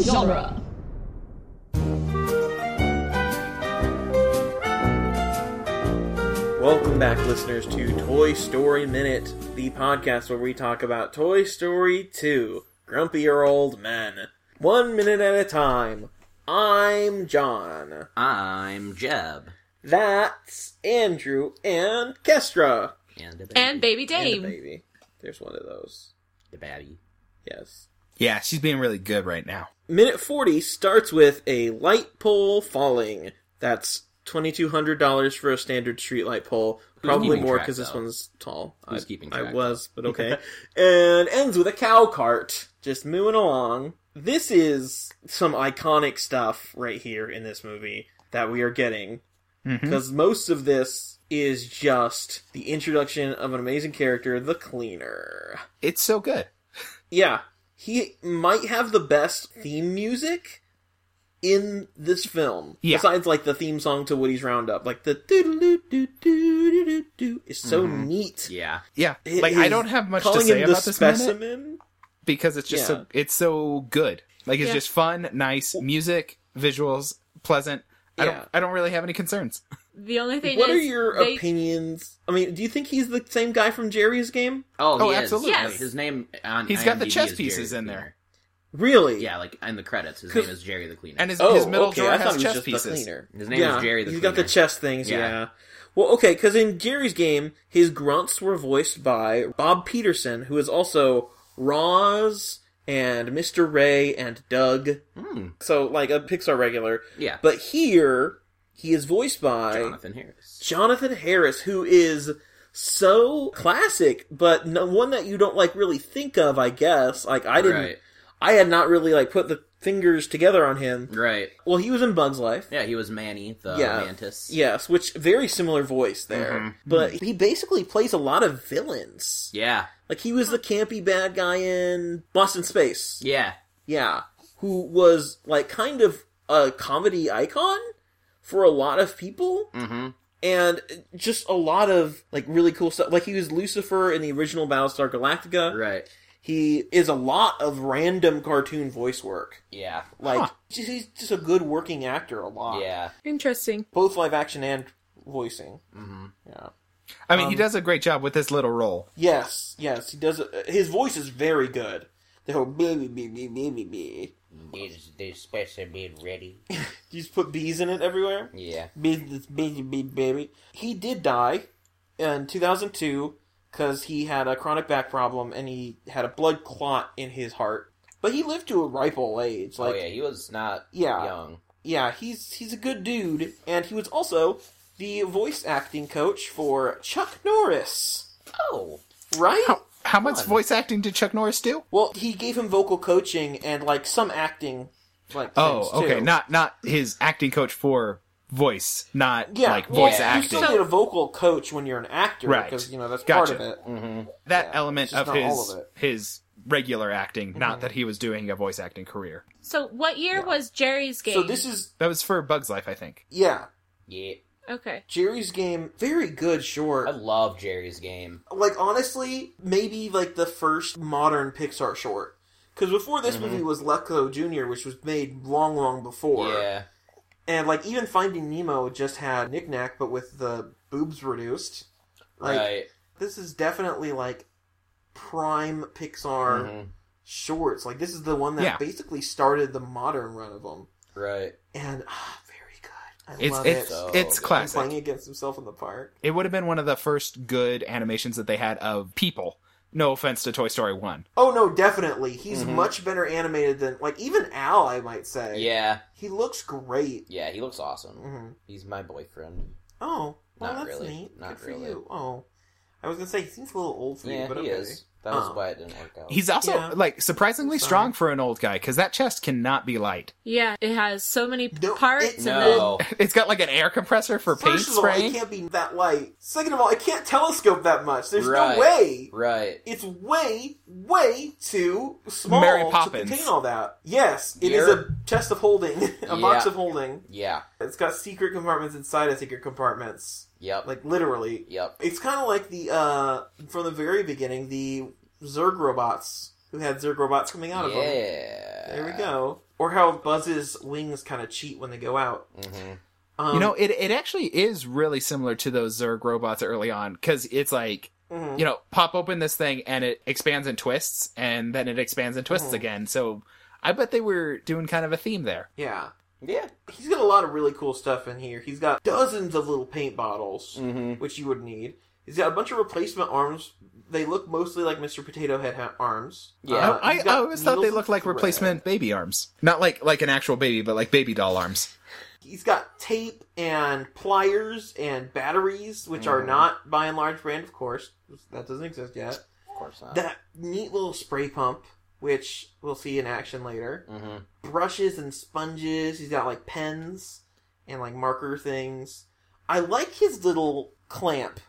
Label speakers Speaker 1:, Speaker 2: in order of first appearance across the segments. Speaker 1: genre.
Speaker 2: Welcome back, listeners, to Toy Story Minute, the podcast where we talk about Toy Story 2 Grumpier Old Men. One minute at a time. I'm John.
Speaker 3: I'm Jeb.
Speaker 2: That's Andrew and Kestra.
Speaker 3: And the
Speaker 1: And Baby
Speaker 2: And a
Speaker 1: Dave.
Speaker 2: baby. There's one of those.
Speaker 3: the baby.
Speaker 2: Yes.
Speaker 4: Yeah, she's being really good right now.
Speaker 2: Minute 40 starts with a light pole falling. That's $2,200 for a standard streetlight pole. Probably
Speaker 3: keeping
Speaker 2: more
Speaker 3: track,
Speaker 2: because this
Speaker 3: though?
Speaker 2: one's tall.
Speaker 3: Who's
Speaker 2: I,
Speaker 3: keeping
Speaker 2: I
Speaker 3: track,
Speaker 2: was, but okay. and ends with a cow cart, just moving along. This is some iconic stuff right here in this movie that we are getting. Because most of this is just the introduction of an amazing character, the cleaner.
Speaker 4: It's so good.
Speaker 2: Yeah. He might have the best theme music in this film.
Speaker 4: Yeah.
Speaker 2: Besides like the theme song to Woody's Roundup. Like the doo doo doo doo doo is so neat.
Speaker 3: Yeah.
Speaker 4: Mm-hmm. Yeah,
Speaker 2: It
Speaker 4: like I
Speaker 2: is-
Speaker 4: don't have much to
Speaker 2: calling
Speaker 4: say
Speaker 2: him the
Speaker 4: about this minute
Speaker 2: specimen.
Speaker 4: because it's just
Speaker 2: Yeah.
Speaker 4: so it's so good. Like it's
Speaker 1: Yeah.
Speaker 4: just fun, nice music, visuals, pleasant. I
Speaker 2: Yeah.
Speaker 4: don't I don't really have any concerns.
Speaker 1: The only thing
Speaker 2: What
Speaker 1: is
Speaker 2: are your
Speaker 1: they-
Speaker 2: opinions? I mean, do you think he's the same guy from Jerry's game?
Speaker 3: Oh, he
Speaker 4: Oh,
Speaker 3: is.
Speaker 4: absolutely.
Speaker 1: Yes.
Speaker 3: His name on
Speaker 4: He's got the
Speaker 3: IMDb
Speaker 4: chess
Speaker 3: is
Speaker 4: pieces
Speaker 3: Jerry
Speaker 4: in
Speaker 3: the
Speaker 4: there.
Speaker 2: Really?
Speaker 3: Cleaner. Yeah, like in the credits, his
Speaker 2: 'Cause-
Speaker 3: name is Jerry the Cleaner.
Speaker 4: And his,
Speaker 2: Oh,
Speaker 4: his middle
Speaker 2: okay.
Speaker 4: drawer
Speaker 2: I thought
Speaker 4: has
Speaker 2: he was
Speaker 4: chess
Speaker 2: just the
Speaker 4: pieces.
Speaker 2: cleaner.
Speaker 3: His name
Speaker 2: yeah,
Speaker 3: is Jerry the
Speaker 2: He's
Speaker 3: Cleaner.
Speaker 2: got the chess things, yeah.
Speaker 3: Yeah.
Speaker 2: Well, okay, because in Jerry's game, his grunts were voiced by Bob Peterson, who is also Roz and Mr. Ray and Doug. So, like, a Pixar regular.
Speaker 3: Hmm. Yeah.
Speaker 2: But here, he is voiced by
Speaker 3: Jonathan Harris.
Speaker 2: Jonathan Harris, who is so classic, but no, one that you don't, like, really think of, I guess. Like, I didn't.
Speaker 3: Right.
Speaker 2: I had not really, like, put the fingers together on him.
Speaker 3: Right.
Speaker 2: Well, he was in Bug's Life.
Speaker 3: Yeah, he was Manny, the
Speaker 2: Yeah.
Speaker 3: mantis.
Speaker 2: Yes, which very similar voice there. But he basically plays a lot of villains.
Speaker 3: Mm-hmm. Yeah.
Speaker 2: Like he was the campy bad guy in Lost in Space.
Speaker 3: Yeah.
Speaker 2: Yeah. Who was like kind of a comedy icon for a lot of people.
Speaker 3: Mm-hmm.
Speaker 2: And just a lot of like really cool stuff. Like he was Lucifer in the original Battlestar Galactica.
Speaker 3: Right.
Speaker 2: He is a lot of random cartoon voice work.
Speaker 3: Yeah.
Speaker 2: Like
Speaker 4: Huh.
Speaker 2: just- he's just a good working actor a lot.
Speaker 3: Yeah.
Speaker 1: Interesting.
Speaker 2: Both live action and voicing. Mm-hmm. Yeah.
Speaker 4: I
Speaker 2: Um,
Speaker 4: mean, he does a great job with this little role.
Speaker 2: Yes, yes, he does. uh, His voice is very good. The whole baby, baby, baby, baby.
Speaker 3: Is the special being ready?
Speaker 2: You just put bees in it everywhere.
Speaker 3: Yeah.
Speaker 2: Business, baby, baby, baby. He did die in 2002 because he had a chronic back problem and he had a blood clot in his heart. But he lived to a ripe old age. Like,
Speaker 3: oh yeah, he was not
Speaker 2: Yeah.
Speaker 3: young.
Speaker 2: yeah, he's he's a good dude, and he was also the voice acting coach for Chuck Norris,
Speaker 3: Oh.
Speaker 2: right?
Speaker 4: How, how much voice acting did Chuck Norris do?
Speaker 2: Well, he gave him vocal coaching and like some acting, like things,
Speaker 4: Oh, okay,
Speaker 2: too.
Speaker 4: not not his acting coach for voice, not
Speaker 2: yeah,
Speaker 4: like
Speaker 2: well,
Speaker 4: voice
Speaker 3: yeah.
Speaker 2: You
Speaker 4: acting.
Speaker 2: still need a vocal coach when you're an actor,
Speaker 4: Right.
Speaker 2: Because you know that's
Speaker 4: Gotcha. Mm.
Speaker 2: part of it.
Speaker 4: that element
Speaker 2: it's just
Speaker 4: of
Speaker 2: not all
Speaker 4: his
Speaker 2: of it. Mm-hmm.
Speaker 4: his regular acting, not that he was doing a voice acting career.
Speaker 1: So what year was Jerry's game?
Speaker 2: So this is
Speaker 4: That was for Bug's Life, I think.
Speaker 2: yeah,
Speaker 3: Yeah.
Speaker 1: okay.
Speaker 2: Jerry's game. Very good short.
Speaker 3: I love Jerry's game.
Speaker 2: Like honestly, maybe like the first modern Pixar short. Because before
Speaker 3: Mm-hmm.
Speaker 2: this movie was Lecco Jr., which was made long, long before.
Speaker 3: Yeah.
Speaker 2: And like even Finding Nemo just had Knick Knack, but with the boobs reduced. Like,
Speaker 3: right.
Speaker 2: this is definitely like prime Pixar
Speaker 3: Mhm.
Speaker 2: shorts. Like this is the one that
Speaker 4: Yeah.
Speaker 2: basically started the modern run of them,
Speaker 3: Right.
Speaker 2: and ah, very good. I
Speaker 4: It's
Speaker 2: love
Speaker 4: it's
Speaker 2: it.
Speaker 3: So
Speaker 4: it's
Speaker 3: good.
Speaker 2: Him playing
Speaker 4: classic.
Speaker 2: against himself in the park.
Speaker 4: It would have been one of the first good animations that they had of people. No offense to Toy Story One.
Speaker 2: Oh no, definitely. He's much better animated than like even Al. I might say.
Speaker 3: Mm-hmm. Yeah.
Speaker 2: he looks great.
Speaker 3: Yeah, he looks awesome.
Speaker 2: Mhm.
Speaker 3: He's my boyfriend.
Speaker 2: Oh, well,
Speaker 3: Not
Speaker 2: that's
Speaker 3: really.
Speaker 2: neat.
Speaker 3: Not
Speaker 2: good
Speaker 3: really.
Speaker 2: for you. Oh, I was gonna say he seems a little old for you,
Speaker 3: yeah,
Speaker 2: but
Speaker 3: he
Speaker 2: okay.
Speaker 3: is. That was
Speaker 2: Oh.
Speaker 3: why it didn't work out.
Speaker 4: He's also
Speaker 2: Yeah.
Speaker 4: like surprisingly
Speaker 2: Sorry.
Speaker 4: strong for an old guy because that chest cannot be light.
Speaker 1: Yeah, it has so many
Speaker 2: No,
Speaker 1: parts
Speaker 2: it-
Speaker 1: and then
Speaker 3: no.
Speaker 4: It's got like an air compressor for paint
Speaker 2: First of all, it
Speaker 4: spraying.
Speaker 2: can't be that light. Second of all, it can't telescope that much. There's
Speaker 3: Right.
Speaker 2: no way.
Speaker 3: right.
Speaker 2: It's way, way too small
Speaker 4: Mary
Speaker 2: to
Speaker 4: Poppins.
Speaker 2: contain all that. Yes, it is
Speaker 3: You're-
Speaker 2: a chest of holding, a box
Speaker 3: Yeah.
Speaker 2: of holding.
Speaker 3: Yeah.
Speaker 2: It's got secret compartments inside of secret compartments,
Speaker 3: Yep.
Speaker 2: like literally.
Speaker 3: yep.
Speaker 2: It's kind of like the uh from the very beginning, the Zerg robots who had Zerg robots coming out of them.
Speaker 3: Yeah.
Speaker 2: There we go. or how Buzz's wings kind of cheat when they go out.
Speaker 3: Mm-hmm.
Speaker 2: Um,
Speaker 4: you know, it it actually is really similar to those Zerg robots early on because it's like
Speaker 2: mhm.
Speaker 4: you know pop open this thing and it expands and twists and then it expands and twists
Speaker 2: Mhm.
Speaker 4: again. So I bet they were doing kind of a theme there.
Speaker 2: yeah,
Speaker 3: Yeah.
Speaker 2: he's got a lot of really cool stuff in here. He's got dozens of little paint bottles,
Speaker 3: Mm-hmm.
Speaker 2: which you would need. He's got a bunch of replacement arms. They look mostly like Mr. Potato Head ha- arms.
Speaker 3: Yeah.
Speaker 2: Uh,
Speaker 4: I,
Speaker 2: he's
Speaker 4: I,
Speaker 2: got
Speaker 4: always thought they
Speaker 2: needles
Speaker 4: looked
Speaker 2: of
Speaker 4: like
Speaker 2: thread.
Speaker 4: replacement baby arms, not like like an actual baby, but like baby doll arms.
Speaker 2: He's got tape and pliers and batteries, which are
Speaker 3: Mhm.
Speaker 2: not by and large brand, of course. That doesn't exist yet.
Speaker 3: Of course not.
Speaker 2: That neat little spray pump, which we'll see in action later.
Speaker 3: mm-hmm.
Speaker 2: brushes and sponges. He's got like pens and like marker things. I like his little clamp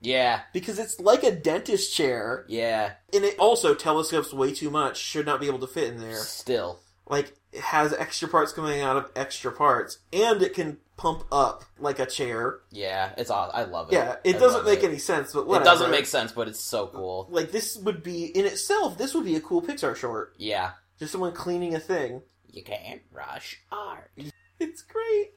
Speaker 3: Yeah.
Speaker 2: because it's like a dentist chair
Speaker 3: Yeah.
Speaker 2: and it also telescopes way too much, should not be able to fit in there.
Speaker 3: Still.
Speaker 2: Like it has extra parts coming out of extra parts and it can pump up like a chair.
Speaker 3: Yeah. It's awesome. I love it.
Speaker 2: Yeah, it
Speaker 3: I
Speaker 2: doesn't
Speaker 3: love
Speaker 2: make
Speaker 3: it.
Speaker 2: any sense, but
Speaker 3: It
Speaker 2: whatever.
Speaker 3: doesn't make sense, but it's so cool.
Speaker 2: like this would be in itself, this would be a cool Pixar short.
Speaker 3: Yeah.
Speaker 2: Just someone cleaning a thing.
Speaker 3: You can't rush art.
Speaker 2: It's great.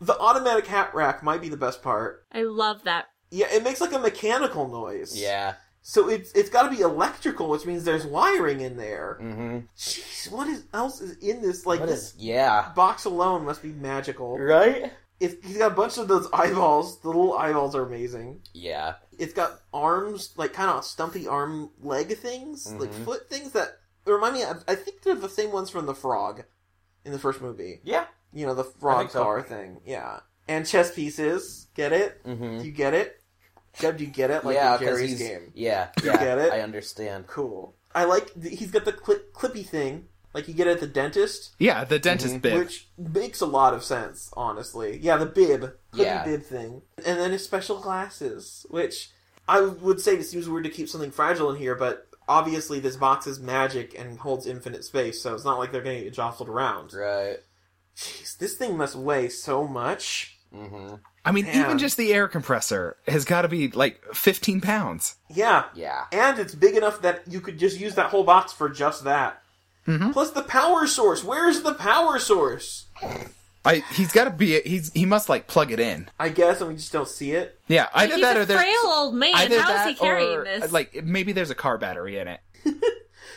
Speaker 2: The automatic hat rack might be the best part.
Speaker 1: I love that.
Speaker 2: Yeah, it makes like a mechanical noise.
Speaker 3: Yeah.
Speaker 2: So it's it's got to be electrical, which means there's wiring in there.
Speaker 3: Mm-hmm.
Speaker 2: Jeez, what is else is in this? Like this
Speaker 3: yeah.
Speaker 2: box alone must be magical.
Speaker 3: Right?
Speaker 2: It's, he's got a bunch of those eyeballs. The little eyeballs are amazing.
Speaker 3: Yeah.
Speaker 2: It's got arms, like kind of stumpy arm leg things, like
Speaker 3: Mhm.
Speaker 2: foot things that remind me. Of, I think they're the same ones from the frog in the first movie.
Speaker 3: Yeah.
Speaker 2: You know, the frog
Speaker 3: think so.
Speaker 2: car thing. Yeah, and chess pieces. Get it?
Speaker 3: Mm-hmm.
Speaker 2: Do you get it? Deb, do you get it? Like
Speaker 3: yeah,
Speaker 2: in
Speaker 3: 'cause
Speaker 2: Jerry's
Speaker 3: he's-
Speaker 2: game.
Speaker 3: Yeah,
Speaker 2: You
Speaker 3: yeah.
Speaker 2: get it?
Speaker 3: I understand.
Speaker 2: Cool. I like th- he's got the cli clippy thing, like you get at the dentist,
Speaker 4: Yeah, the dentist
Speaker 3: Mhm.
Speaker 4: bit.
Speaker 2: Mm-hmm. which makes a lot of sense, honestly. Yeah, the bib, clippy
Speaker 3: Yeah.
Speaker 2: bib thing, and then his special glasses, which I would say it seems weird to keep something fragile in here, but obviously this box is magic and holds infinite space, so it's not like they're going to get jostled around.
Speaker 3: Right.
Speaker 2: Jeez, this thing must weigh so much.
Speaker 3: Mm-hmm.
Speaker 4: I mean,
Speaker 2: Man.
Speaker 4: even just the air compressor has got to be like 15 pounds.
Speaker 2: Yeah,
Speaker 3: Yeah.
Speaker 2: and it's big enough that you could just use that whole box for just that.
Speaker 4: Mhm.
Speaker 2: Plus the power source. Where's the power source?
Speaker 4: I he's got to be he's he must like plug it in.
Speaker 2: I guess, and we just don't see it.
Speaker 4: Yeah, either
Speaker 1: He's
Speaker 4: that
Speaker 1: a
Speaker 4: or there's
Speaker 1: frail old man. How is
Speaker 4: either that
Speaker 1: he carrying
Speaker 4: or
Speaker 1: this?
Speaker 4: like maybe there's a car battery in it.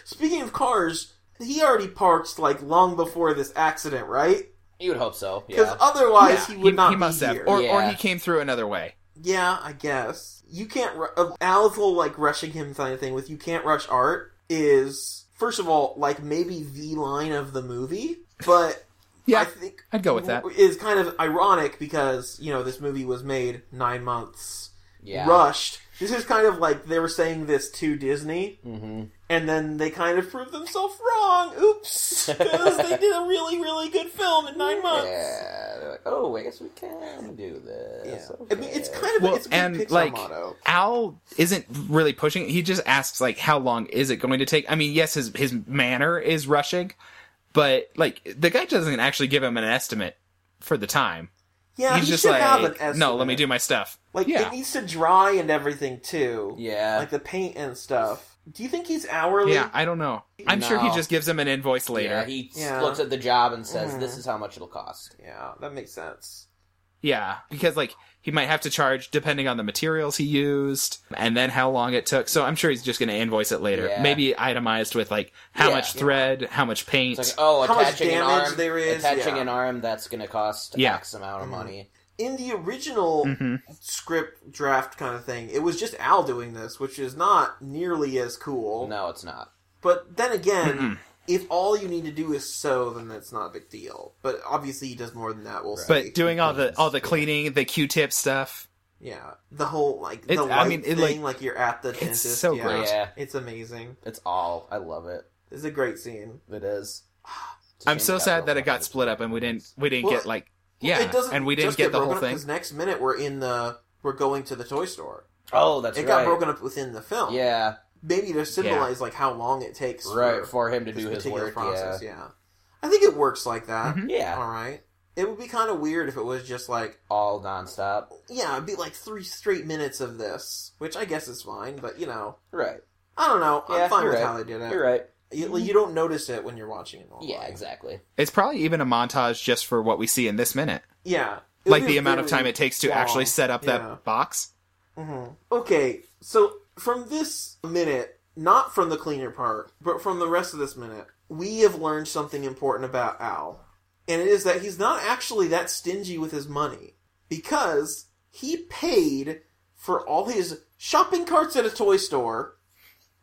Speaker 2: Speaking of cars, he already parked like long before this accident, right?
Speaker 3: You would hope so.
Speaker 2: Because
Speaker 3: Yeah.
Speaker 2: otherwise,
Speaker 4: Yeah,
Speaker 2: he would not
Speaker 4: he must
Speaker 2: be
Speaker 4: have,
Speaker 2: here.
Speaker 4: or or
Speaker 3: Yeah.
Speaker 4: he came through another way.
Speaker 2: yeah, I guess you can't. Ru- uh, Al's whole like rushing him kind of thing with "you can't rush art" is first of all like maybe the line of the movie, but
Speaker 4: Yeah,
Speaker 2: I think
Speaker 4: I'd go with that.
Speaker 2: is kind of ironic because you know this movie was made nine months
Speaker 3: Yeah.
Speaker 2: rushed. This is kind of like they were saying this to Disney.
Speaker 3: Mm-hmm.
Speaker 2: and then they kind of proved themselves wrong. Oops, because they did a really, really good film in nine months.
Speaker 3: Yeah. They're like, oh, I guess we can do this.
Speaker 2: Yeah.
Speaker 3: Okay.
Speaker 2: I mean, it's kind of
Speaker 4: Well,
Speaker 2: it's a weird
Speaker 4: and,
Speaker 2: Pixar
Speaker 4: like-
Speaker 2: motto.
Speaker 4: Al isn't really pushing. it. He just asks like, "How long is it going to take?" I mean, yes, his his manner is rushing, but like the guy doesn't actually give him an estimate for the time.
Speaker 2: Yeah,
Speaker 4: he's
Speaker 2: he
Speaker 4: just
Speaker 2: should
Speaker 4: like,
Speaker 2: have an estimate.
Speaker 4: "No, let me do my stuff."
Speaker 2: Like
Speaker 4: yeah.
Speaker 2: it needs to dry and everything too.
Speaker 3: Yeah.
Speaker 2: like the paint and stuff. Do you think he's hourly?
Speaker 4: Yeah, I don't know. I'm sure he
Speaker 3: No.
Speaker 4: just gives him an invoice later.
Speaker 3: Yeah, he s-
Speaker 2: Yeah.
Speaker 3: looks at the job and says,
Speaker 2: Mhm.
Speaker 3: "This is how much it'll cost."
Speaker 2: Yeah, that makes sense.
Speaker 4: Yeah, because like he might have to charge depending on the materials he used and then how long it took. So I'm sure he's just going to invoice it later.
Speaker 3: Yeah.
Speaker 4: Maybe itemized with like how
Speaker 3: Yeah.
Speaker 4: much thread, how much paint.
Speaker 3: It's like, oh,
Speaker 2: How much
Speaker 3: attaching an
Speaker 2: damage
Speaker 3: arm,
Speaker 2: there is,
Speaker 3: attaching
Speaker 2: yeah.
Speaker 3: an arm that's going to cost
Speaker 4: Yeah.
Speaker 3: X amount of
Speaker 2: Mhm.
Speaker 3: money.
Speaker 2: In the original
Speaker 4: Mhm.
Speaker 2: script draft kind of thing, it was just Al doing this, which is not nearly as cool.
Speaker 3: No, it's not.
Speaker 2: But then again,
Speaker 4: Mm-mm.
Speaker 2: if all you need to do is sew, then that's not a big deal. But obviously, he does more than that. We'll see.
Speaker 4: But doing all the all the cleaning, the Q-tip stuff.
Speaker 2: yeah, the whole like
Speaker 4: It's-
Speaker 2: the
Speaker 4: I
Speaker 2: white
Speaker 4: mean, it,
Speaker 2: thing, like, you're at the dentist.
Speaker 4: so
Speaker 2: yeah.
Speaker 4: great.
Speaker 3: Yeah.
Speaker 2: It's amazing.
Speaker 3: It's all. I love it.
Speaker 2: This is a great scene.
Speaker 3: It is. It's a
Speaker 4: I'm
Speaker 3: shame
Speaker 4: so
Speaker 3: we got
Speaker 4: sad that
Speaker 3: broken
Speaker 4: it got
Speaker 3: up.
Speaker 4: split up and we didn't we didn't
Speaker 2: Well,
Speaker 4: get like yeah,
Speaker 2: it doesn't
Speaker 4: and we didn't
Speaker 2: just
Speaker 4: get the
Speaker 2: broken
Speaker 4: whole thing.
Speaker 2: Because next minute we're in the we're going to the toy store.
Speaker 3: Oh, that's
Speaker 2: it
Speaker 3: right.
Speaker 2: got broken up within the film.
Speaker 3: Yeah,
Speaker 2: maybe to symbolize like how long it takes
Speaker 3: right.
Speaker 2: for
Speaker 3: For him to
Speaker 2: this
Speaker 3: do his
Speaker 2: particular
Speaker 3: work.
Speaker 2: process. Yeah. I think it works like that.
Speaker 4: Mhm.
Speaker 3: Yeah. yeah,
Speaker 2: All right. It would be kind of weird if it was just like
Speaker 3: all nonstop.
Speaker 2: yeah, it'd be like three straight minutes of this, which I guess is fine, but you know,
Speaker 3: Right.
Speaker 2: I don't know. I'm
Speaker 3: Yeah,
Speaker 2: fine
Speaker 3: you're
Speaker 2: with
Speaker 3: right.
Speaker 2: how they did it.
Speaker 3: You're right.
Speaker 2: You, you don't notice it when you're watching it. Normally.
Speaker 3: Yeah, exactly.
Speaker 4: It's probably even a montage just for what we see in this minute.
Speaker 2: Yeah, It
Speaker 4: like
Speaker 2: was
Speaker 4: the amount of
Speaker 2: very
Speaker 4: time it takes to
Speaker 2: long.
Speaker 4: actually set up
Speaker 2: Yeah.
Speaker 4: that box.
Speaker 2: Mm-hmm. Okay, so from this minute, not from the cleaner part, but from the rest of this minute, we have learned something important about Al. And it is that he's not actually that stingy with his money because he paid for all his shopping carts at a toy store,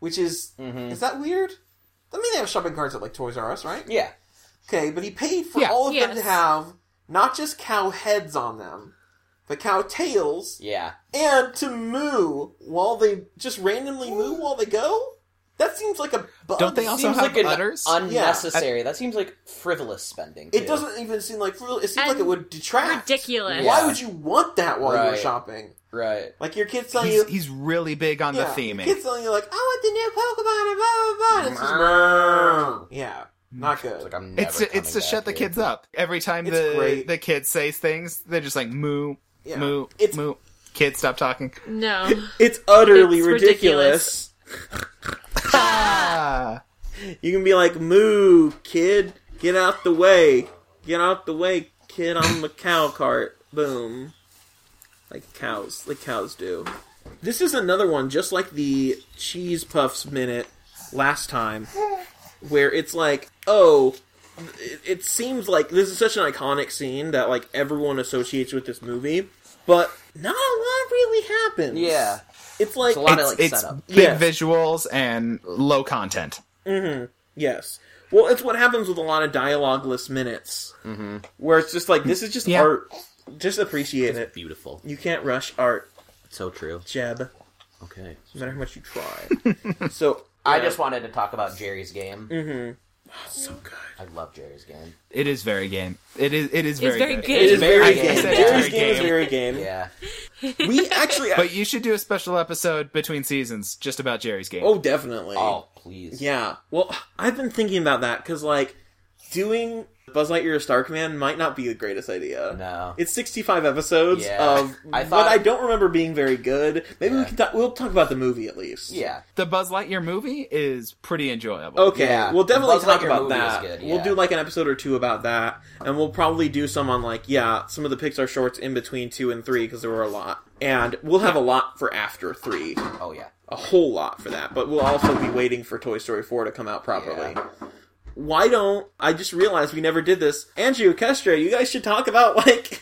Speaker 2: which is. Is that weird? I mean, they have shopping carts at like Toys R Us, right?
Speaker 3: Yeah.
Speaker 2: Okay, but he paid for
Speaker 4: Yeah.
Speaker 2: all of them
Speaker 1: Yes.
Speaker 2: to have not just cow heads on them, but cow tails
Speaker 3: Yeah.
Speaker 2: and to moo while they just randomly moo while they go? That seems like a bug.
Speaker 4: Don't they also
Speaker 3: seems
Speaker 4: have
Speaker 3: like an
Speaker 4: udders?
Speaker 3: unnecessary. that seems like frivolous spending.
Speaker 2: It
Speaker 3: too.
Speaker 2: doesn't even seem like real. It seems like
Speaker 1: And
Speaker 2: it would detract.
Speaker 1: Ridiculous.
Speaker 2: Why
Speaker 3: Yeah.
Speaker 2: would you want that while you're
Speaker 3: Right.
Speaker 2: shopping?
Speaker 3: Right.
Speaker 2: Like your kids telling
Speaker 4: he's,
Speaker 2: you,
Speaker 4: he's really big on
Speaker 2: yeah,
Speaker 4: the theming.
Speaker 2: Kids telling you like, I want the new Pokemon and blah blah blah. And It's just, yeah, not
Speaker 3: It's like
Speaker 2: good.
Speaker 3: I'm never
Speaker 4: It's to, it's
Speaker 3: coming
Speaker 4: to
Speaker 3: back
Speaker 4: shut the
Speaker 3: here.
Speaker 4: kids up. Every time
Speaker 2: It's
Speaker 4: the
Speaker 2: great.
Speaker 4: the kids say things, they're just like moo,
Speaker 2: Yeah.
Speaker 4: moo,
Speaker 2: It's-
Speaker 4: moo. Kids, stop talking.
Speaker 1: No.
Speaker 2: It's utterly
Speaker 1: It's
Speaker 2: ridiculous.
Speaker 1: ridiculous.
Speaker 4: Ah,
Speaker 2: You can be like, "Moo, kid, get out the way, get out the way, kid. I'm a cow cart." Boom, like cows, like cows do. This is another one, just like the cheese puffs minute last time, where it's like, oh. It, it seems like this is such an iconic scene that like everyone associates with this movie, but not a lot really happens.
Speaker 3: Yeah.
Speaker 2: it's like
Speaker 3: It's a lot
Speaker 4: Ah. it's
Speaker 3: of like
Speaker 4: it's
Speaker 3: setup.
Speaker 4: big
Speaker 2: Yeah.
Speaker 4: visuals and low content.
Speaker 2: Yes. Well, it's what happens with a lot of dialogueless minutes, mm-hmm. where it's just like this is just
Speaker 4: Yeah.
Speaker 2: art. Just appreciate it.
Speaker 3: Beautiful.
Speaker 2: You can't rush art,
Speaker 3: So true.
Speaker 2: Jeb. No
Speaker 3: Okay.
Speaker 2: matter how much you try. so
Speaker 3: I
Speaker 2: yeah,
Speaker 3: just wanted to talk about Jerry's game.
Speaker 4: Mm.
Speaker 2: so good.
Speaker 3: I love Jerry's game.
Speaker 4: It is very game. It is it is very,
Speaker 1: very
Speaker 4: good.
Speaker 1: good.
Speaker 2: It is very
Speaker 3: very
Speaker 2: game.
Speaker 3: game.
Speaker 2: Jerry's
Speaker 4: Very
Speaker 2: game is
Speaker 4: game.
Speaker 2: very game.
Speaker 3: Yeah.
Speaker 2: We actually.
Speaker 4: But you should do a special episode between seasons just about Jerry's game.
Speaker 2: oh, definitely.
Speaker 3: Oh, please.
Speaker 2: Yeah. Well, I've been thinking about that because like doing Buzz Lightyear as Starkman might not be the greatest idea.
Speaker 3: No.
Speaker 2: It's 65 episodes
Speaker 3: Yeah.
Speaker 2: of
Speaker 3: I
Speaker 2: what
Speaker 3: thought-
Speaker 2: I don't remember being very good. Maybe we
Speaker 3: Yeah.
Speaker 2: can talk, we'll talk about the movie at least.
Speaker 3: Yeah.
Speaker 4: The Buzz Lightyear movie is pretty enjoyable.
Speaker 2: Okay,
Speaker 3: Yeah.
Speaker 2: we'll
Speaker 3: The
Speaker 2: definitely
Speaker 3: Buzz
Speaker 2: talk
Speaker 3: Lightyear
Speaker 2: about
Speaker 3: movie is
Speaker 2: that.
Speaker 3: good,
Speaker 2: We'll
Speaker 3: yeah.
Speaker 2: do like an episode or two about that, and we'll probably do some on like yeah, some of the Pixar shorts in between two and three because there were a lot, and we'll have a lot for after three,
Speaker 3: Oh, yeah.
Speaker 2: a whole lot for that. But we'll also be waiting for Toy Story four to come out properly.
Speaker 3: Yeah.
Speaker 2: Why don't I just realized we never did this? Andrew Kestra, you guys should talk about like the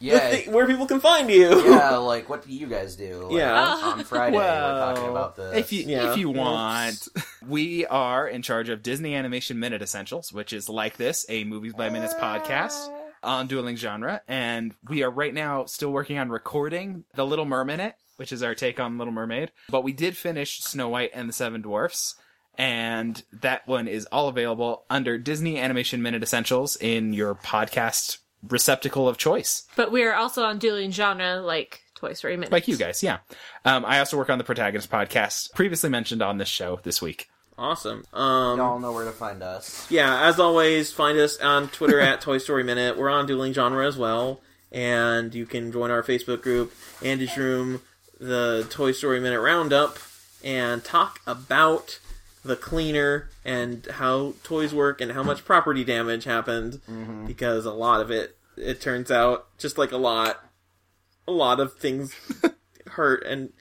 Speaker 3: Yeah.
Speaker 2: thi- where people can find you.
Speaker 3: yeah, like, what do you guys do? Like,
Speaker 2: Yeah.
Speaker 3: On Friday, we're talking about this.
Speaker 4: if you
Speaker 2: Yeah.
Speaker 4: if you
Speaker 2: Oops.
Speaker 4: want, we are in charge of Disney Animation Minute Essentials, which is like this a movies by minutes
Speaker 3: Ah.
Speaker 4: podcast on dueling genre, and we are right now still working on recording the Little Mermaid, which is our take on Little Mermaid. But we did finish Snow White and the Seven Dwarfs, and that one is all available under Disney Animation Minute Essentials in your podcast receptacle of choice
Speaker 1: But we are also on dueling genre like Toy Story Minute.
Speaker 4: like you guys yeah um, i also work on the protagonist podcast previously mentioned on this show this week
Speaker 2: Awesome. Um,
Speaker 3: Y'all know where to find us.
Speaker 2: yeah, as always, find us on Twitter at Toy Story Minute. We're on Dueling Genre as well, and you can join our Facebook group, Andy's Room, the Toy Story Minute Roundup, and talk about the cleaner and how toys work and how much property damage happened
Speaker 3: Mm-hmm.
Speaker 2: because a lot of it, it turns out, just like a lot, a lot of things hurt and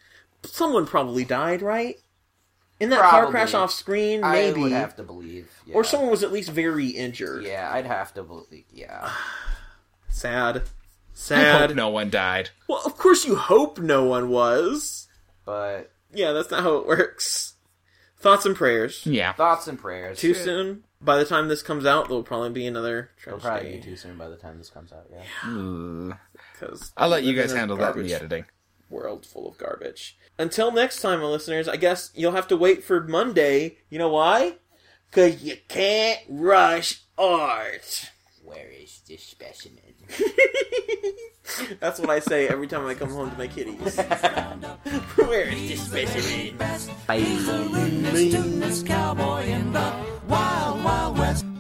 Speaker 2: someone probably died, right? In that car
Speaker 3: Probably.
Speaker 2: crash off screen,
Speaker 3: I
Speaker 2: maybe
Speaker 3: would have to believe. Yeah.
Speaker 2: or someone was at least very injured.
Speaker 3: Yeah, I'd have to believe. Yeah.
Speaker 2: Sad.
Speaker 4: I hope
Speaker 2: Sad.
Speaker 4: no one died.
Speaker 2: Well, of course you hope no one was.
Speaker 3: But
Speaker 2: Yeah, that's not how it works. Thoughts and prayers.
Speaker 4: Yeah.
Speaker 3: thoughts and prayers.
Speaker 2: Too soon. By the time this comes out, there'll probably be another
Speaker 3: It'll probably be
Speaker 2: tragedy.
Speaker 3: too soon by the time this comes out. Yeah.
Speaker 4: Ugh.
Speaker 2: 'cause
Speaker 4: I'll let
Speaker 2: we
Speaker 4: you
Speaker 2: live
Speaker 4: guys
Speaker 2: in a
Speaker 4: handle that in
Speaker 2: garbage
Speaker 4: the editing.
Speaker 2: World full of garbage. Until next time, my listeners. I guess you'll have to wait for Monday. You know why? Cause you can't rush art.
Speaker 3: Where is this specimen?
Speaker 2: That's what I say every time I come home to my kitties. Where is this specimen?
Speaker 3: Bye.
Speaker 5: He's a witness to this cowboy in the wild, wild west.